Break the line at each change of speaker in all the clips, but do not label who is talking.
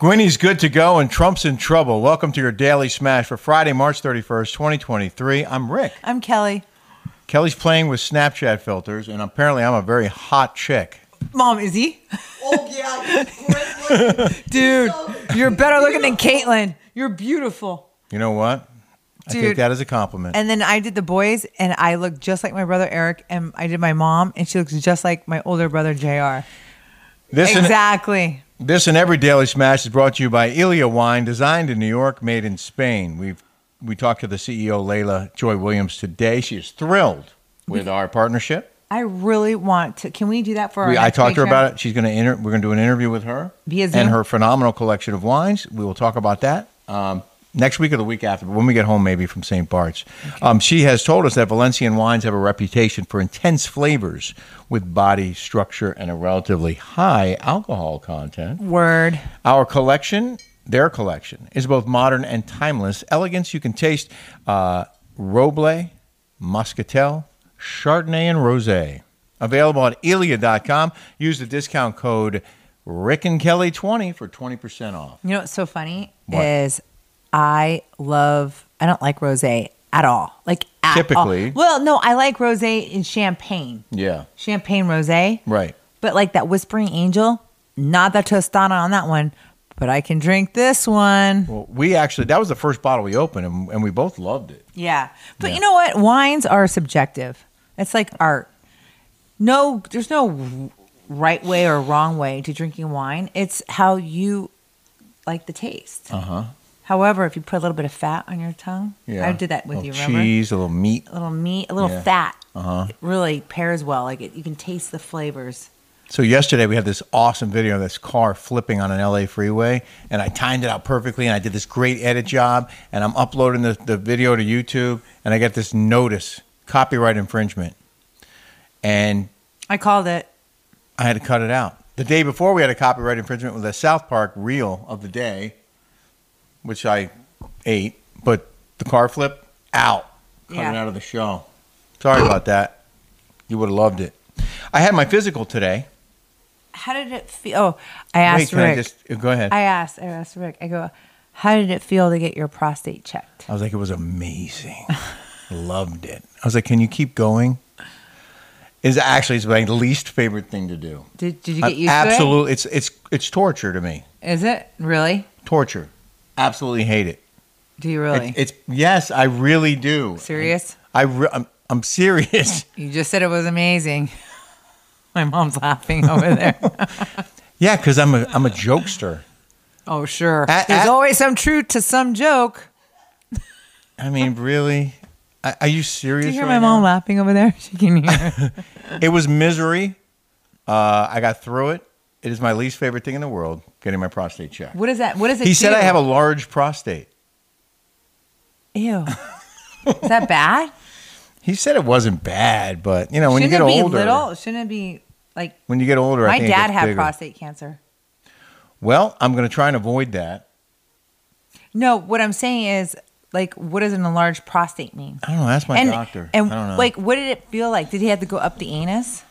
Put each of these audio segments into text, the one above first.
Gwynny's good to go and Trump's in trouble. Welcome to your Daily Smash for Friday, March 31st, 2023. I'm Rick.
I'm Kelly.
Kelly's playing with Snapchat filters, and apparently I'm a very hot chick.
Mom, is he?
Oh yeah, he's great looking.
Dude, you're better looking than Caitlyn. You're beautiful.
You know what? I take
Dude.
that as a compliment.
And then I did the boys, and I look just like my brother Eric, and I did my mom, and she looks just like my older brother Jr.
This and,
exactly.
this and every Daily Smash is brought to you by Ilia Wine, designed in New York, made in Spain. We've we talked to the CEO Layla Joy Williams today. She is thrilled with our partnership.
I really want to. Can we do that for? Our
We, I
next
talked to her
Patreon?
about it. She's going to inter- we're going to do an interview with her
Via Zoom?
and her phenomenal collection of wines. We will talk about that um, next week or the week after, but when we get home, maybe from St. Bart's. Um, she has told us that Valencian wines have a reputation for intense flavors with body structure and a relatively high alcohol content.
Word.
Our collection, their collection, is both modern and timeless. Elegance you can taste uh, Roble, Muscatel, Chardonnay, and Rosé. Available at Ilia.com. Use the discount code Rick and Kelly 20 for 20% off.
You know what's so funny
What?
is I love. I don't like rosé at all. Like at all.
Typically.
Well, no, I like rosé in champagne.
Yeah.
Champagne rosé.
Right.
But like that Whispering Angel, not the tostada on that one, but I can drink this one.
Well, we actually, that was the first bottle we opened, and, and we both loved it.
Yeah. But
Yeah.
you know what? Wines are subjective. It's like art. No, there's no right way or wrong way to drinking wine. It's how you like the taste. Uh
Uh-huh.
huh. However, if you put a little bit of fat on your tongue, I did that with
little
you, remember?
Cheese, a little meat.
A little meat, a little
Yeah.
fat. Uh-huh. It really pairs well. Like it, you can taste the flavors.
So yesterday we had this awesome video of this car flipping on an LA freeway, and I timed it out perfectly, and I did this great edit job, and I'm uploading the, the video to YouTube, and I get this notice, copyright infringement, and
I called it.
I had to cut it out. The day before we had a copyright infringement with a South Park reel of the day, which I ate, but the car flip out, cut it
Yeah.
out of the show. Sorry about that. You would have loved it. I had my physical today.
How did it feel? Oh, I asked
Wait, can
Rick.
I just go ahead?
I asked, I asked Rick, I go, how did it feel to get your prostate checked?
I was like, it was amazing. Loved it. I was like, can you keep going? Is actually it's my least favorite thing to do.
Did, did you get used to
Absolutely, it's it's it's torture to me.
it? Is it? Really?
Torture. Absolutely hate it.
Do you really?
It's, it's yes, I really do.
Serious?
I re- I'm, I'm serious.
You just said it was amazing. My mom's laughing over there.
Yeah, because I'm a I'm a jokester.
oh, sure.
At-
There's
at-
always some truth to some joke.
I mean, really. I- Are you serious?
Do you hear
right
my
now?
mom laughing over there? She can hear.
It was misery. Uh, I got through it. It is my least favorite thing in the world. Getting my prostate checked.
what is that? What is it?
He said
do?
I have a large prostate.
Ew. is that bad?
He said it wasn't bad, but you know when
Shouldn't
you get
it be
older,
little? Shouldn't it be like
when you get older, I
my
think it
dad
gets
had
bigger.
prostate cancer?
Well, I'm going to try and avoid that.
No, what I'm saying is, like, what does an enlarged prostate mean?
I don't know. Ask my
and,
doctor.
And
I don't know.
like, what did it feel like? Did he have to go up the anus,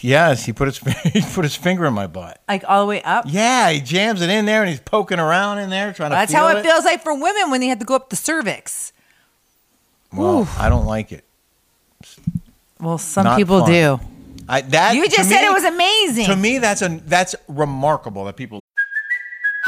yes, he put his he put his finger in my butt.
like all the way up?
Yeah, he jams it in there and he's poking around in there trying to.
That's
feel
how
it,
it feels like for women when they have to go up the cervix.
Well, I don't like it.
Well, some
Not
people
fun.
do.
I, that
You
to
just said
me-
it was amazing.
To me, that's a that's remarkable that people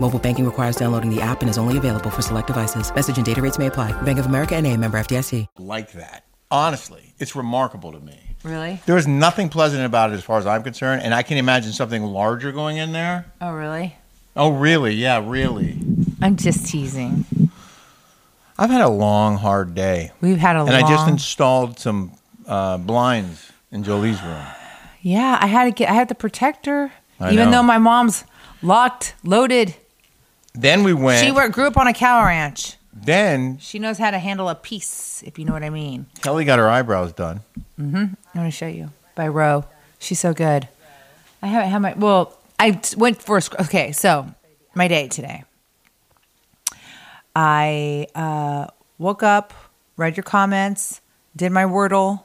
Mobile banking requires downloading the app and is only available for select devices. Message and data rates may apply. Bank of America and a member FDIC.
like that. honestly, it's remarkable to me.
Really?
There was nothing pleasant about it as far as I'm concerned, and I can imagine something larger going in there.
Oh, really?
Oh, really? Yeah, really.
I'm just teasing.
I've had a long, hard day,
We've had a
and
long.
I just installed some uh, blinds in Jolie's room.
yeah, I had to get. I had to protect her,
I
even
know.
though my mom's locked, loaded.
Then we went.
She were, grew up on a cow ranch.
then
She knows how to handle a piece, if you know what I mean.
Kelly got her eyebrows done.
I'm going to show you by Roe. She's so good. I haven't had my. Well, I t- went for a. sc- Okay, so my day today. I uh, woke up, read your comments, did my Wordle. Ra-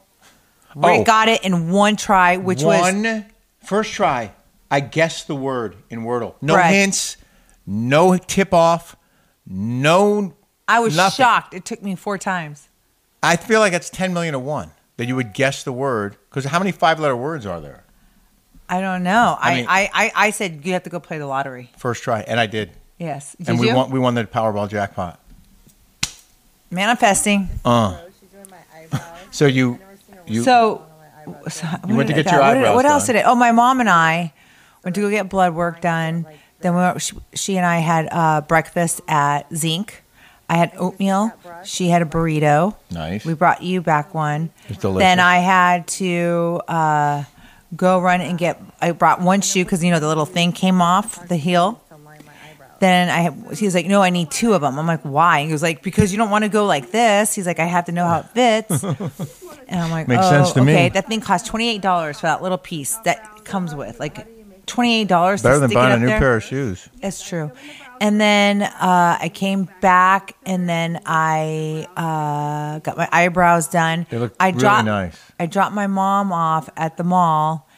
Oh.
Got it in one try, which was
One first try. I guessed the word in Wordle. No
Right.
hints, no tip off, no.
I was
nothing.
shocked. It took me four times.
I feel like that's ten million to one that you would guess the word because how many five letter words are there?
I don't know. I,
I mean-
I, I, I said you have to go play the lottery.
First try, and I did,
Yes. Did
and we
you?
won. We won the Powerball jackpot.
manifesting.
So you, you.
so, so- what
went to
did
get
I-
your
what did-
eyebrows
What else
done.
did it? Oh, my mom and I went to go get blood work done. Then we were, she, she and I had uh, breakfast at Zinc. I had oatmeal. She had a burrito.
Nice.
We brought you back one.
It's delicious.
Then I had to uh, go run and get. I brought one shoe because you know the little thing came off the heel. Then I have, he was like, no, I need two of them. I'm like, why? He was like, because you don't want to go like this. He's like, I have to know how it fits. And I'm like,
Makes
oh,
sense to me.
okay, that thing costs twenty eight dollars for that little piece that comes with like twenty eight dollars.
Better
to
than
stick it
buying a
up
new
there.
pair of shoes.
It's true. And then uh, I came back, and then I uh, got my eyebrows done.
They look
I
really
dropped,
nice.
I dropped my mom off at the mall,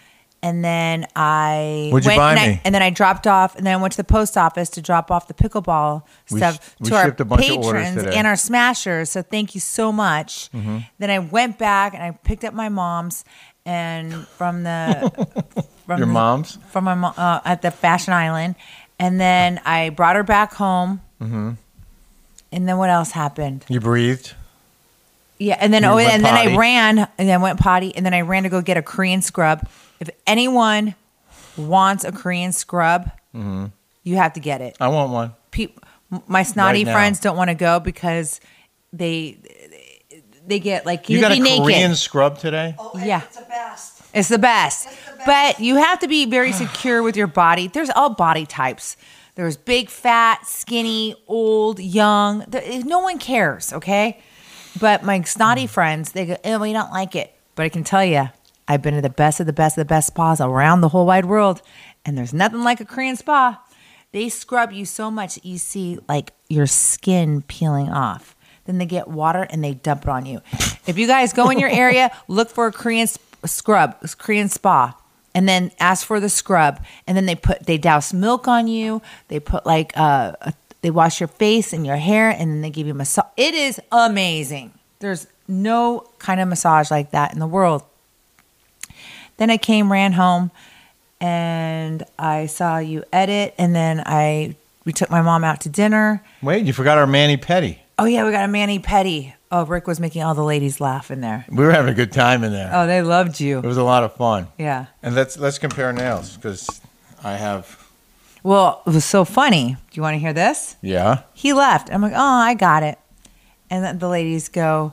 and then I
What'd you
went
buy
and, I-
me?
and then I dropped off, and then I went to the post office to drop off the pickleball
We
stuff
sh- we
to our
shipped a bunch of orders
patrons
today. Mm-hmm.
and our smashers. So thank you so much. Then I went back and I picked up my mom's and from the from
Your
the-
mom's?
from my mom uh, at the Fashion Island, and then I brought her back home.
Mm-hmm.
And then what else happened?
You breathed.
Yeah, and then
You
oh,
went
and then I
potty.
ran and then went potty, and then I ran to go get a Korean scrub. If anyone wants a Korean scrub,
Mm-hmm.
you have to get it.
I want one.
Peop my snotty
Right now.
friends don't want to go because they they get like
You
you'd
got
be
a
naked.
Korean scrub today?
Oh, and
Yeah.
It's the best.
It's the best. But you have to be very secure with your body. There's all body types. There's big, fat, skinny, old, young. There- eh, No one cares, okay? But my snotty friends, they go, oh, we don't like it. But I can tell you, I've been to the best of the best of the best spas around the whole wide world, and there's nothing like a Korean spa. They scrub you so much that you see like your skin peeling off. Then they get water and they dump it on you. If you guys go in your area, look for a Korean s- scrub, Korean spa, and then ask for the scrub. And then they put they douse milk on you. They put like uh, a, they wash your face and your hair, and then they give you massage. It is amazing. There's no kind of massage like that in the world. Then I came, ran home, and I saw you edit. And then I we took my mom out to dinner.
Wait, you forgot our Manny Petty.
Oh yeah, we got a mani petty. Oh, Rick was making all the ladies laugh in there.
We were having a good time in there.
Oh, they loved
It
you.
was a lot of fun.
Yeah.
And let's let's compare nails because I have
Well, it was so funny. Do you want to hear this?
yeah.
He left. I'm like, oh, I got it. And then the ladies go,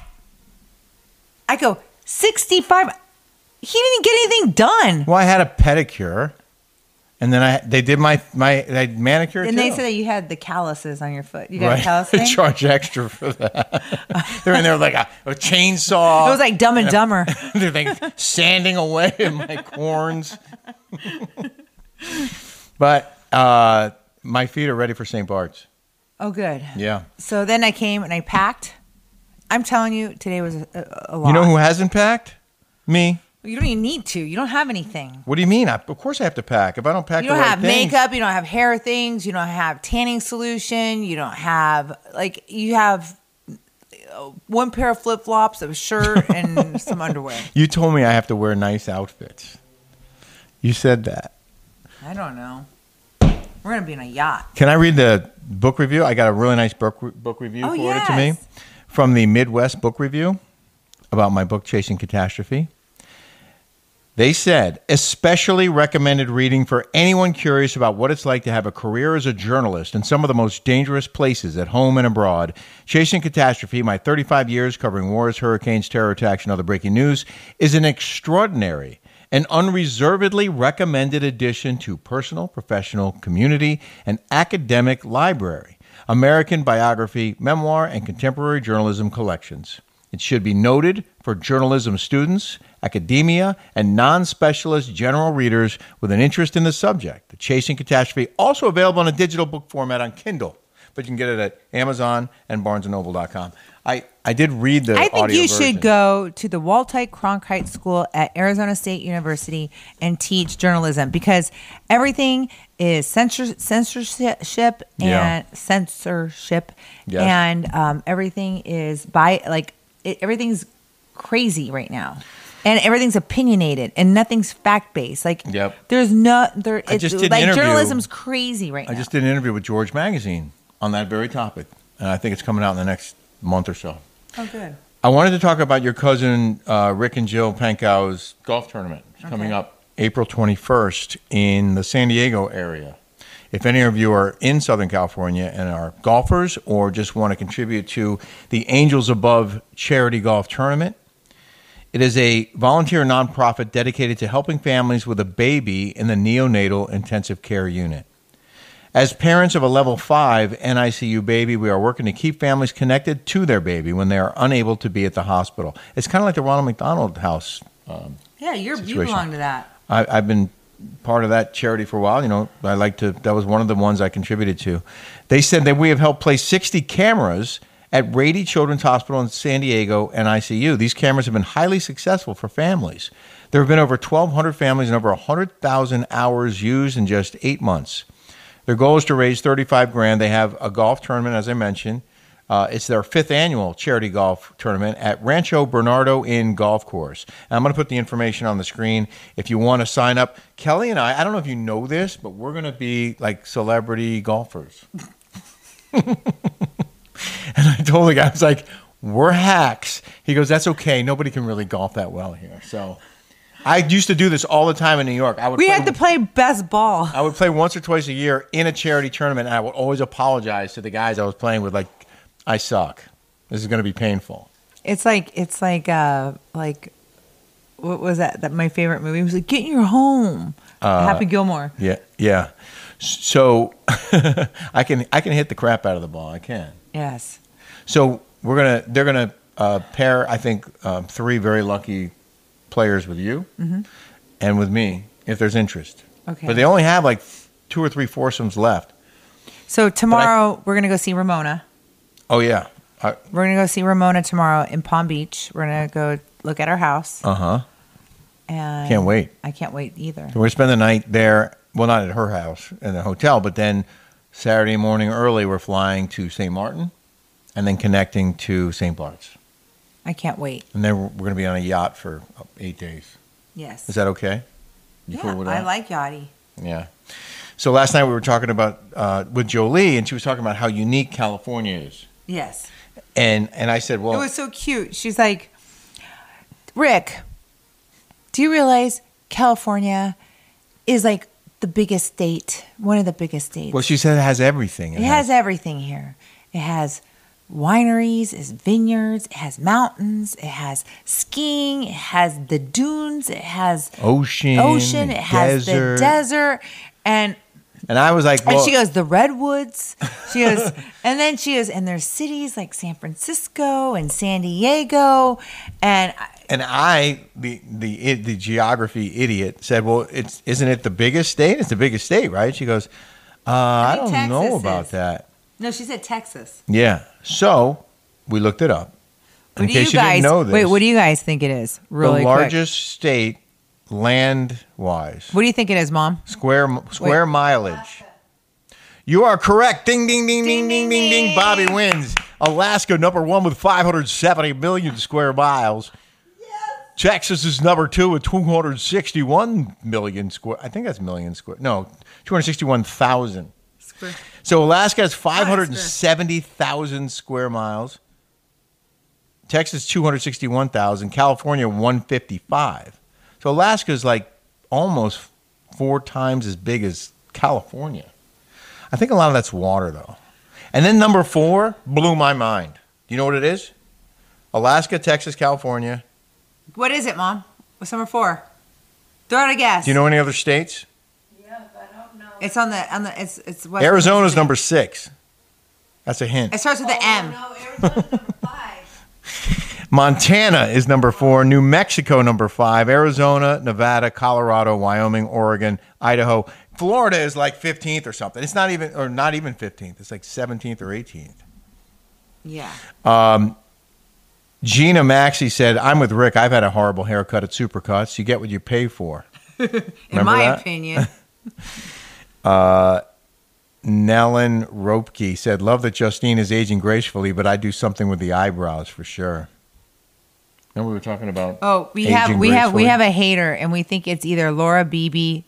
I go, 65. He didn't get anything done.
Well, I had a pedicure, and then I they did my my I had manicure.
And
too.
they said that you had the calluses on your foot. You got a
right.
callus
They
thing? It
charge extra for that. They're in there with like a, a chainsaw.
was like Dumb and Dumber.
They're like sanding away at my corns. but uh, my feet are ready for St. Bart's.
Oh, good.
Yeah.
So then I came and I packed. I'm telling you, today was a, a, a lot.
You know who hasn't packed? Me.
You don't even need to. You don't have anything.
What do you mean? I, of course I have to pack. If I don't pack
You
the
don't
right
have
things-
makeup. You don't have hair things. You don't have tanning solution. You don't have like you have uh, one pair of flip flops, a shirt, and some underwear.
You told me I have to wear nice outfits. You said that.
I don't know. We're gonna be in a yacht.
Can I read the book review? I got a really nice book, book review
Oh,
forwarded to me
yes.
from the Midwest Book Review about my book, Chasing Catastrophe. They said, especially recommended reading for anyone curious about what it's like to have a career as a journalist in some of the most dangerous places at home and abroad. Chasing Catastrophe, my 35 years covering wars, hurricanes, terror attacks, and other breaking news, is an extraordinary and unreservedly recommended addition to personal, professional, community, and academic library, American biography, memoir, and contemporary journalism collections. It should be noted for journalism students, academia, and non specialist general readers with an interest in the subject. The Chasing Catastrophe, also available in a digital book format on Kindle, but you can get it at Amazon and barnesandnoble.com. I, I did read the
I think
audio
you
version.
should go to the Waltite Cronkite School at Arizona State University and teach journalism because everything is censor- censorship and
Yeah.
censorship,
Yes.
and um, everything is by like it, everything's crazy right now. And everything's opinionated, and nothing's fact based. Like,
Yep.
there's no there.
I
it's-
just did an
like
interview.
journalism's crazy right
I
now.
just did an interview with George Magazine on that very topic, and I think it's coming out in the next month or so.
oh, good.
I wanted to talk about your cousin uh, Rick and Jill Pankow's golf tournament It's coming
Okay.
up April 21st in the San Diego area. If any of you are in Southern California and are golfers or just want to contribute to the Angels Above charity golf tournament, it is a volunteer nonprofit dedicated to helping families with a baby in the neonatal intensive care unit. As parents of a level five NICU baby, we are working to keep families connected to their baby when they are unable to be at the hospital. It's kind of like the Ronald McDonald House. Um,
Yeah, you're, you
Situation.
belong to that.
I, I've been part of that charity for a while. You know, I like to, that was one of the ones I contributed to. They said that we have helped place 60 cameras at Rady Children's Hospital in San Diego NICU. These cameras have been highly successful for families. There have been over 1,200 families and over 100,000 hours used in just eight months. Their goal is to raise 35 grand. They have a golf tournament, as I mentioned. Uh, it's their fifth annual charity golf tournament at Rancho Bernardo Inn Golf Course. And I'm going to put the information on the screen if you want to sign up. Kelly and I, I don't know if you know this, but we're going to be like celebrity golfers. and I told the guy, I was like, we're hacks. He goes, that's okay. Nobody can really golf that well here. So I used to do this all the time in New York. I would
We
play
had to play best ball.
I would play once or twice a year in a charity tournament, and I would always apologize to the guys I was playing with, like, I suck. This is going to be painful.
It's like it's like uh like what was that? That my favorite movie was like Get in Your Home.
Uh,
Happy Gilmore.
Yeah, yeah. So I can I can hit the crap out of the ball. I can.
Yes.
So we're gonna they're gonna uh, pair I think um, three very lucky players with you and with me if there's interest.
Okay.
But they only have like two or three foursomes left.
So tomorrow we're gonna go see Ramona.
Oh yeah. Uh
We're gonna go see Ramona tomorrow in Palm Beach. We're gonna go look at our house.
huh.
And
Uh-huh. Can't wait.
I can't wait either.
So we're spending the night there. Well, not at her house in the hotel, but then Saturday morning early, we're flying to St. Martin, and then connecting to St. Bart's,
I can't wait.
and then we're going to be on a yacht for uh, eight days.
Yes.
Is that okay? You
yeah,
cool with
I
that?
like Yachty.
Yeah. So last night we were talking about uh, with Jolie, and she was talking about how unique California is,
Yes.
and and I said, well,
It was so cute. She's like, Rick, do you realize California is like the biggest state, one of the biggest states?
Uh-huh. well, she said it has everything.
it has everything here. It has wineries, it has vineyards, it has mountains, it has skiing, it has the dunes, it has
Ocean,
ocean, it has
desert.
the desert, and
And I was like, well,
and she goes the redwoods. She goes, and then she goes, and there's cities like San Francisco and San Diego, and I-
and I, the the i- the geography idiot, said, well, it's isn't it the biggest state? It's the biggest state, right? She goes, uh, I,
think
don't know
Texas
about
is.
that.
no, she said Texas.
Yeah. So we looked it up.
What do you guys wait? What do you guys think it is? Really,
the
quick.
largest state land wise
What do you think it is, Mom?
square m- square mileage. You are correct. Ding ding ding ding ding ding ding. Bobby wins. Alaska number one with 570 million square miles. Texas is number two with 261 million square. I think that's million square. No, 261,000.
Square.
So Alaska has 570,000 square miles. Texas 261,000, California 155. So Alaska is like almost four times as big as California. I think a lot of that's water though. And then number 4 blew my mind. Do you know what it is? Alaska, Texas, California.
What is it, Mom? What's number four? Throw out a guess.
Do you know any other states?
it's on the on the it's it's what
Arizona's number 6. That's a hint.
It starts with the M.
Montana is number four, New Mexico number five, Arizona, Nevada, Colorado, Wyoming, Oregon, Idaho. Florida is like 15th or something. It's not even, or not even 15th. It's like 17th or 18th.
Yeah.
Gina Maxey said, I'm with Rick. I've had a horrible haircut at Supercuts. You get what you pay for.
In
Remember
my
that?
opinion,
Nellen Ropke said, Love that Justine is aging gracefully, but I do something with the eyebrows for sure. Remember we were talking about.
oh, we
aging
have we have we
gracefully?
have a hater, and we think it's either Laura Beebe,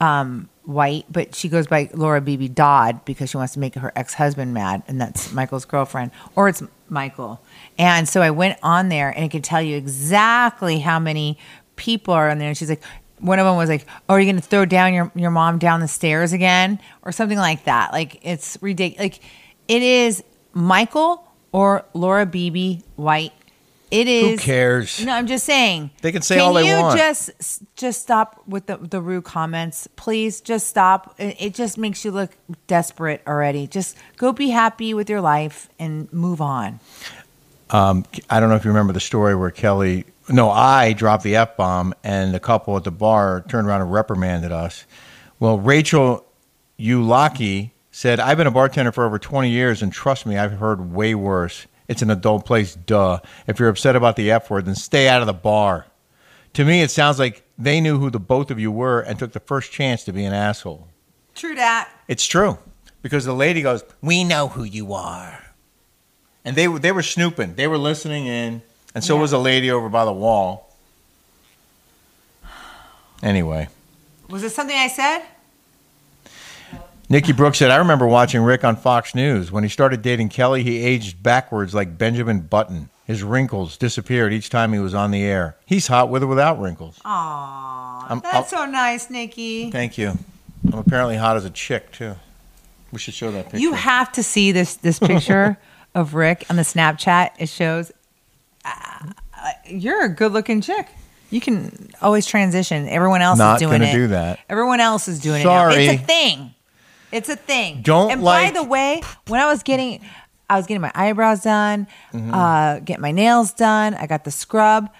um, White, but she goes by Laura Beebe Dodd because she wants to make her ex husband mad, and that's Michael's girlfriend, or it's Michael. And so I went on there, and it could tell you exactly how many people are on there. And she's like. One of them was like, "Oh, are you going to throw down your, your mom down the stairs again, or something like that?" Like it's ridiculous. Like it is Michael or Laura Beebe White. It is
cares?
No, I'm just saying
They can say all they
you
want.
Just just stop with the the rude comments, please. Just stop. It, it just makes you look desperate already. Just go be happy with your life and move on.
um, I don't know if you remember the story where Kelly, no, I dropped the F bomb and the couple at the bar turned around and reprimanded us. Well, Rachel Ulaki said, I've been a bartender for over 20 years and trust me, I've heard way worse. It's an adult place, duh. If you're upset about the F word, then stay out of the bar. To me, it sounds like they knew who the both of you were and took the first chance to be an asshole.
True that.
It's true because the lady goes, "We know who you are," and they were- they were snooping, they were listening in, and so was a lady over by the wall. Anyway,
Was it something I said?
Nikki Brooks said, "I remember watching Rick on Fox News when he started dating Kelly. He aged backwards like Benjamin Button. His wrinkles disappeared each time he was on the air. He's hot with or without wrinkles."
Aw,
I'm-
that's so nice, Nikki.
Thank you. I'm apparently hot as a chick too. We should show that picture.
You have to see this this picture of Rick on the Snapchat. It shows uh, you're a good looking chick. You can always transition. Everyone else
Not
is doing
gonna
it.
do that.
Everyone else is doing it. Now.
Sorry.
It's a thing. It's a thing.
Don't
And
like-
by the way, when I was getting, I was getting my eyebrows done,
Mm-hmm.
uh, get my nails done. I got the scrub.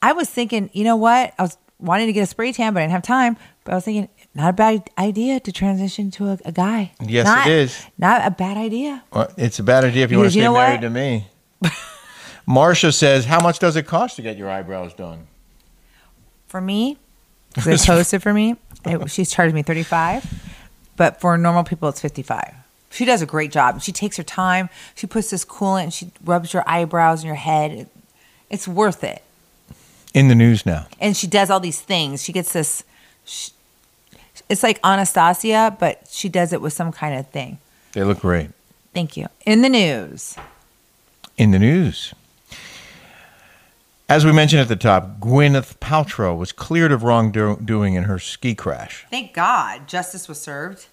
I was thinking, you know what? I was wanting to get a spray tan, but I didn't have time. But I was thinking, not a bad idea to transition to a, a guy.
Yes,
Not-
it is.
Not a bad idea.
Well, it's a bad idea if you want to
Because
stay
you know
married
what?
to me. Marcia says, "How much does it cost to get your eyebrows done?"
For me, 'cause it's posted for me. It, she's charged me thirty five, but for normal people, it's fifty five. She does a great job. She takes her time. She puts this coolant. and She rubs your eyebrows and your head. It's worth it.
In the news now.
And she does all these things. She gets this. She, it's like Anastasia, but she does it with some kind of thing.
They look great.
Thank you. In the news.
In the news. As we mentioned at the top, Gwyneth Paltrow was cleared of wrongdoing in her ski crash.
Thank God justice was served.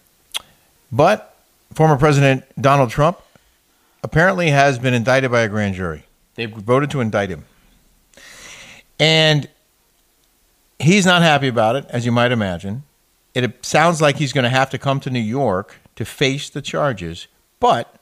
But former President Donald Trump apparently has been indicted by a grand jury. They voted to indict him. And he's not happy about it, as you might imagine. It sounds like he's going to have to come to New York to face the charges. But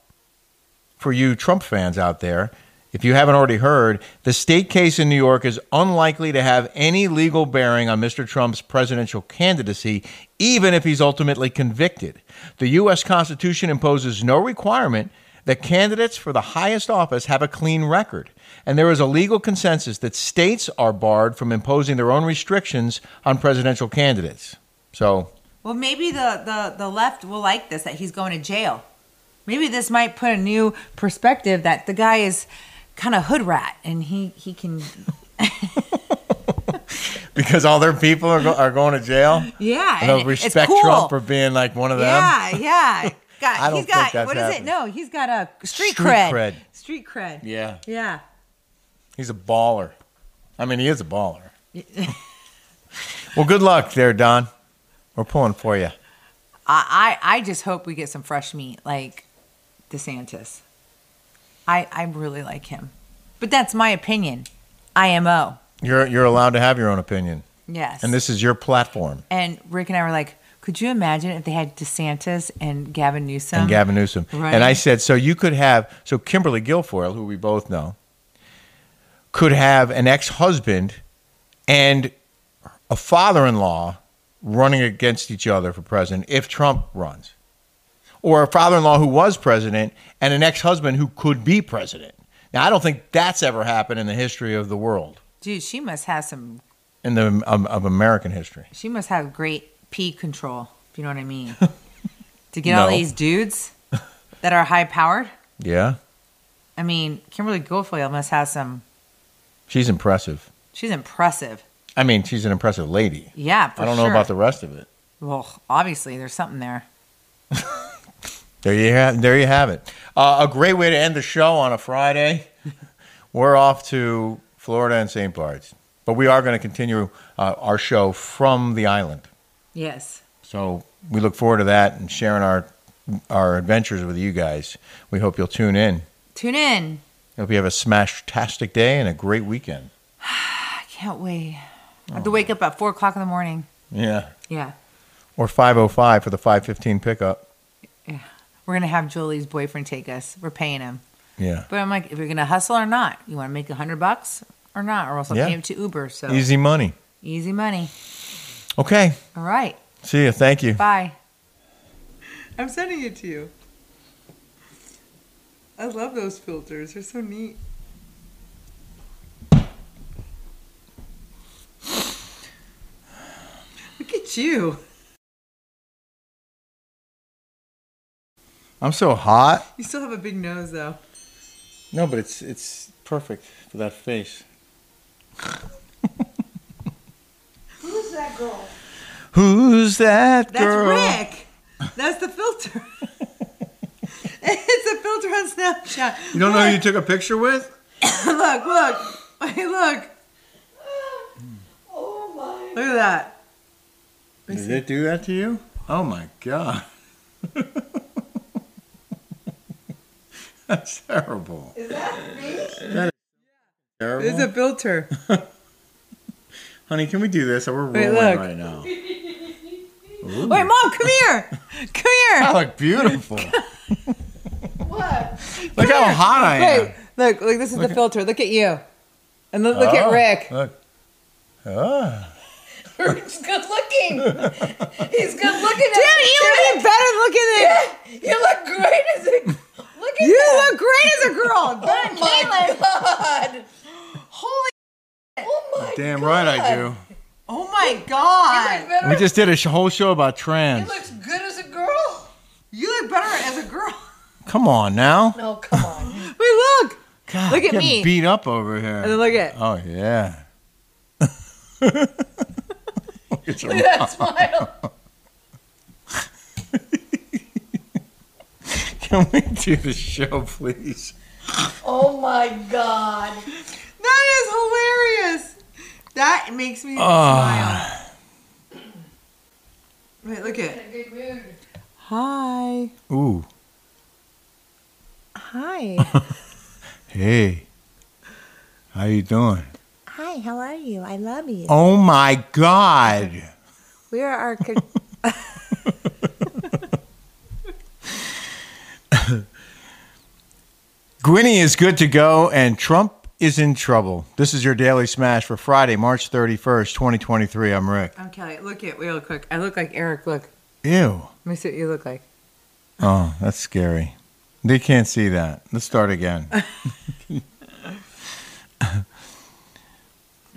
for you Trump fans out there, if you haven't already heard, the state case in New York is unlikely to have any legal bearing on Mr. Trump's presidential candidacy, even if he's ultimately convicted. The U.S. Constitution imposes no requirement that candidates for the highest office have a clean record, and there is a legal consensus that states are barred from imposing their own restrictions on presidential candidates. So,
Well, maybe the, the, the left will like this that he's going to jail. Maybe this might put a new perspective that the guy is kind of hood rat and he, he can.
because all their people are, go- are going to jail,
Yeah.
and they'll
and it's
respect
cool.
Trump for being like one of them.
Yeah, yeah. Got,
I don't
he's
think
got,
that's
what is
happening.
it? No, he's got a street,
Street
cred.
cred.
Street cred.
Yeah.
Yeah.
He's a baller. I mean, he is a baller. well, good luck there, Don. We're pulling for you.
I, I, I just hope we get some fresh meat like DeSantis. I, I really like him. But that's my opinion. IMO.
You're you're allowed to have your own opinion,
Yes.
and this is your platform.
and Rick and I were like, could you imagine if they had DeSantis and Gavin Newsom?
and Gavin Newsom.
Right.
And I said, so you could have, so Kimberly Guilfoyle, who we both know, could have an ex husband and a father in law running against each other for president if Trump runs, or a father in law who was president and an ex husband who could be president. Now, I don't think that's ever happened in the history of the world,
Dude, she must have some,
in the of, of American history.
she must have great pee control, if you know what I mean. to get all
No.
these dudes that are high powered.
Yeah,
I mean, Kimberly Guilfoyle must have some,
she's impressive.
she's impressive.
I mean, she's an impressive lady.
Yeah, for
I don't
sure.
know about the rest of it.
Well, obviously, there's something there.
There you have, there you have it. Uh, a great way to end the show on a Friday. We're off to Florida and St. Bart's, but we are going to continue uh, our show from the island.
Yes.
So we look forward to that and sharing our our adventures with you guys. We hope you'll tune in.
Tune in.
Hope you have a smash-tastic day and a great weekend.
I can't wait. I
Oh,
have to wake up at four o'clock in the morning.
Yeah.
Yeah.
Or 505 for the 515 pickup.
We're going to have Julie's boyfriend take us. We're paying him.
Yeah.
But I'm like, if you're going to hustle or not, you want to make a hundred bucks or not, or else I'll
Yeah.
pay him to Uber. So easy.
Easy money.
money.
Okay.
All right.
See you. Thank you.
Bye. I'm sending it to you. I love those filters. They're so neat. Look at you.
I'm so hot.
You still have a big nose, though.
No, but it's it's perfect for that face.
Who's that girl?
Who's that
That's
girl?
Rick. That's the filter. it's a filter on Snapchat.
You don't know who you took a picture with?
look, look. Hey, look.
Oh my.
Look at that.
Did it do that to you? Oh my god. That's terrible.
Is that me?
Terrible.
It's a filter.
Honey, can we do this? We're
Wait,
rolling
look.
right now.
Wait, mom, come here. Come
I
here.
look beautiful.
What?
look how hot I am.
Wait, look, look, this is the filter. Look at you. And look, look at
Oh,
Rick.
Look. Ah.
He's good looking. He's good looking.
Dude, you look even better looking than
You look great as a. Look at
you
that.
look great as a girl.
Oh my god. Holy. Oh my.
Damn right I do.
Oh my god.
Better.
We just did a sh- whole show about trans.
He looks good as a girl.
You look better as a girl.
Come on now.
No, Oh, come on.
Wait, look.
God,
Look at
getting
me.
beat up over here.
And then look at
Oh yeah. Look at your mouth.
that smile.
Can we do the show, please?
Oh my god.
that is hilarious. That makes me smile.
Ah.
Wait, look at.
Good mood.
Hi.
Ooh.
Hi.
Hey, how you doing?
Hi, how are you? I love you.
Oh my God!
We are our. Con-
Gwynny is good to go, and Trump is in trouble. This is your Daily Smash for Friday, March 31st, 2023. I'm Rick.
I'm Kelly. Look at real quick. I look like Eric. Look.
Ew.
Let me see what you look like.
Oh, that's scary. They can't see that. Let's start again.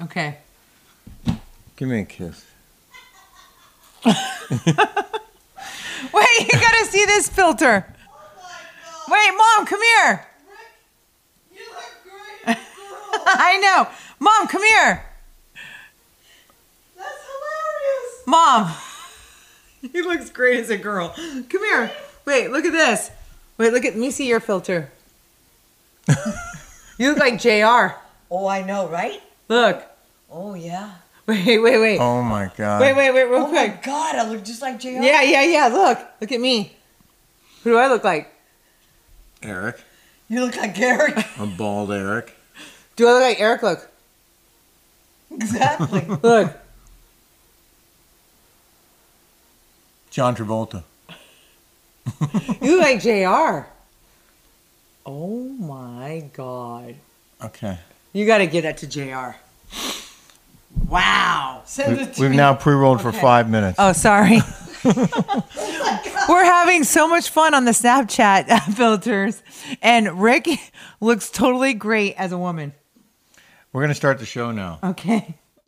Okay.
Give me a kiss.
Wait, you gotta see this filter. Wait, mom, come here. I know. Mom, come here.
That's hilarious.
Mom. He looks great as a girl. Come here. Wait, look at this. Wait, look at me see your filter. you look like JR.
Oh, I know, right?
Look.
Oh, yeah.
Wait, wait, wait.
Oh my God.
Wait, wait, wait, real
Oh, my
quick.
God. I look just like JR.
Yeah, yeah, yeah. Look. Look at me. Who do I look like?
Eric.
You look like Eric.
I'm bald, Eric.
Do I look like Eric? Look.
exactly.
Look.
John Travolta.
You look like JR. Oh my god.
Okay.
You gotta get that to JR. Wow.
Send it to
We've
me.
now pre rolled for five minutes.
Oh, sorry. We're having so much fun on the Snapchat filters, and Rick looks totally great as a woman.
We're going to start the show now.
Okay.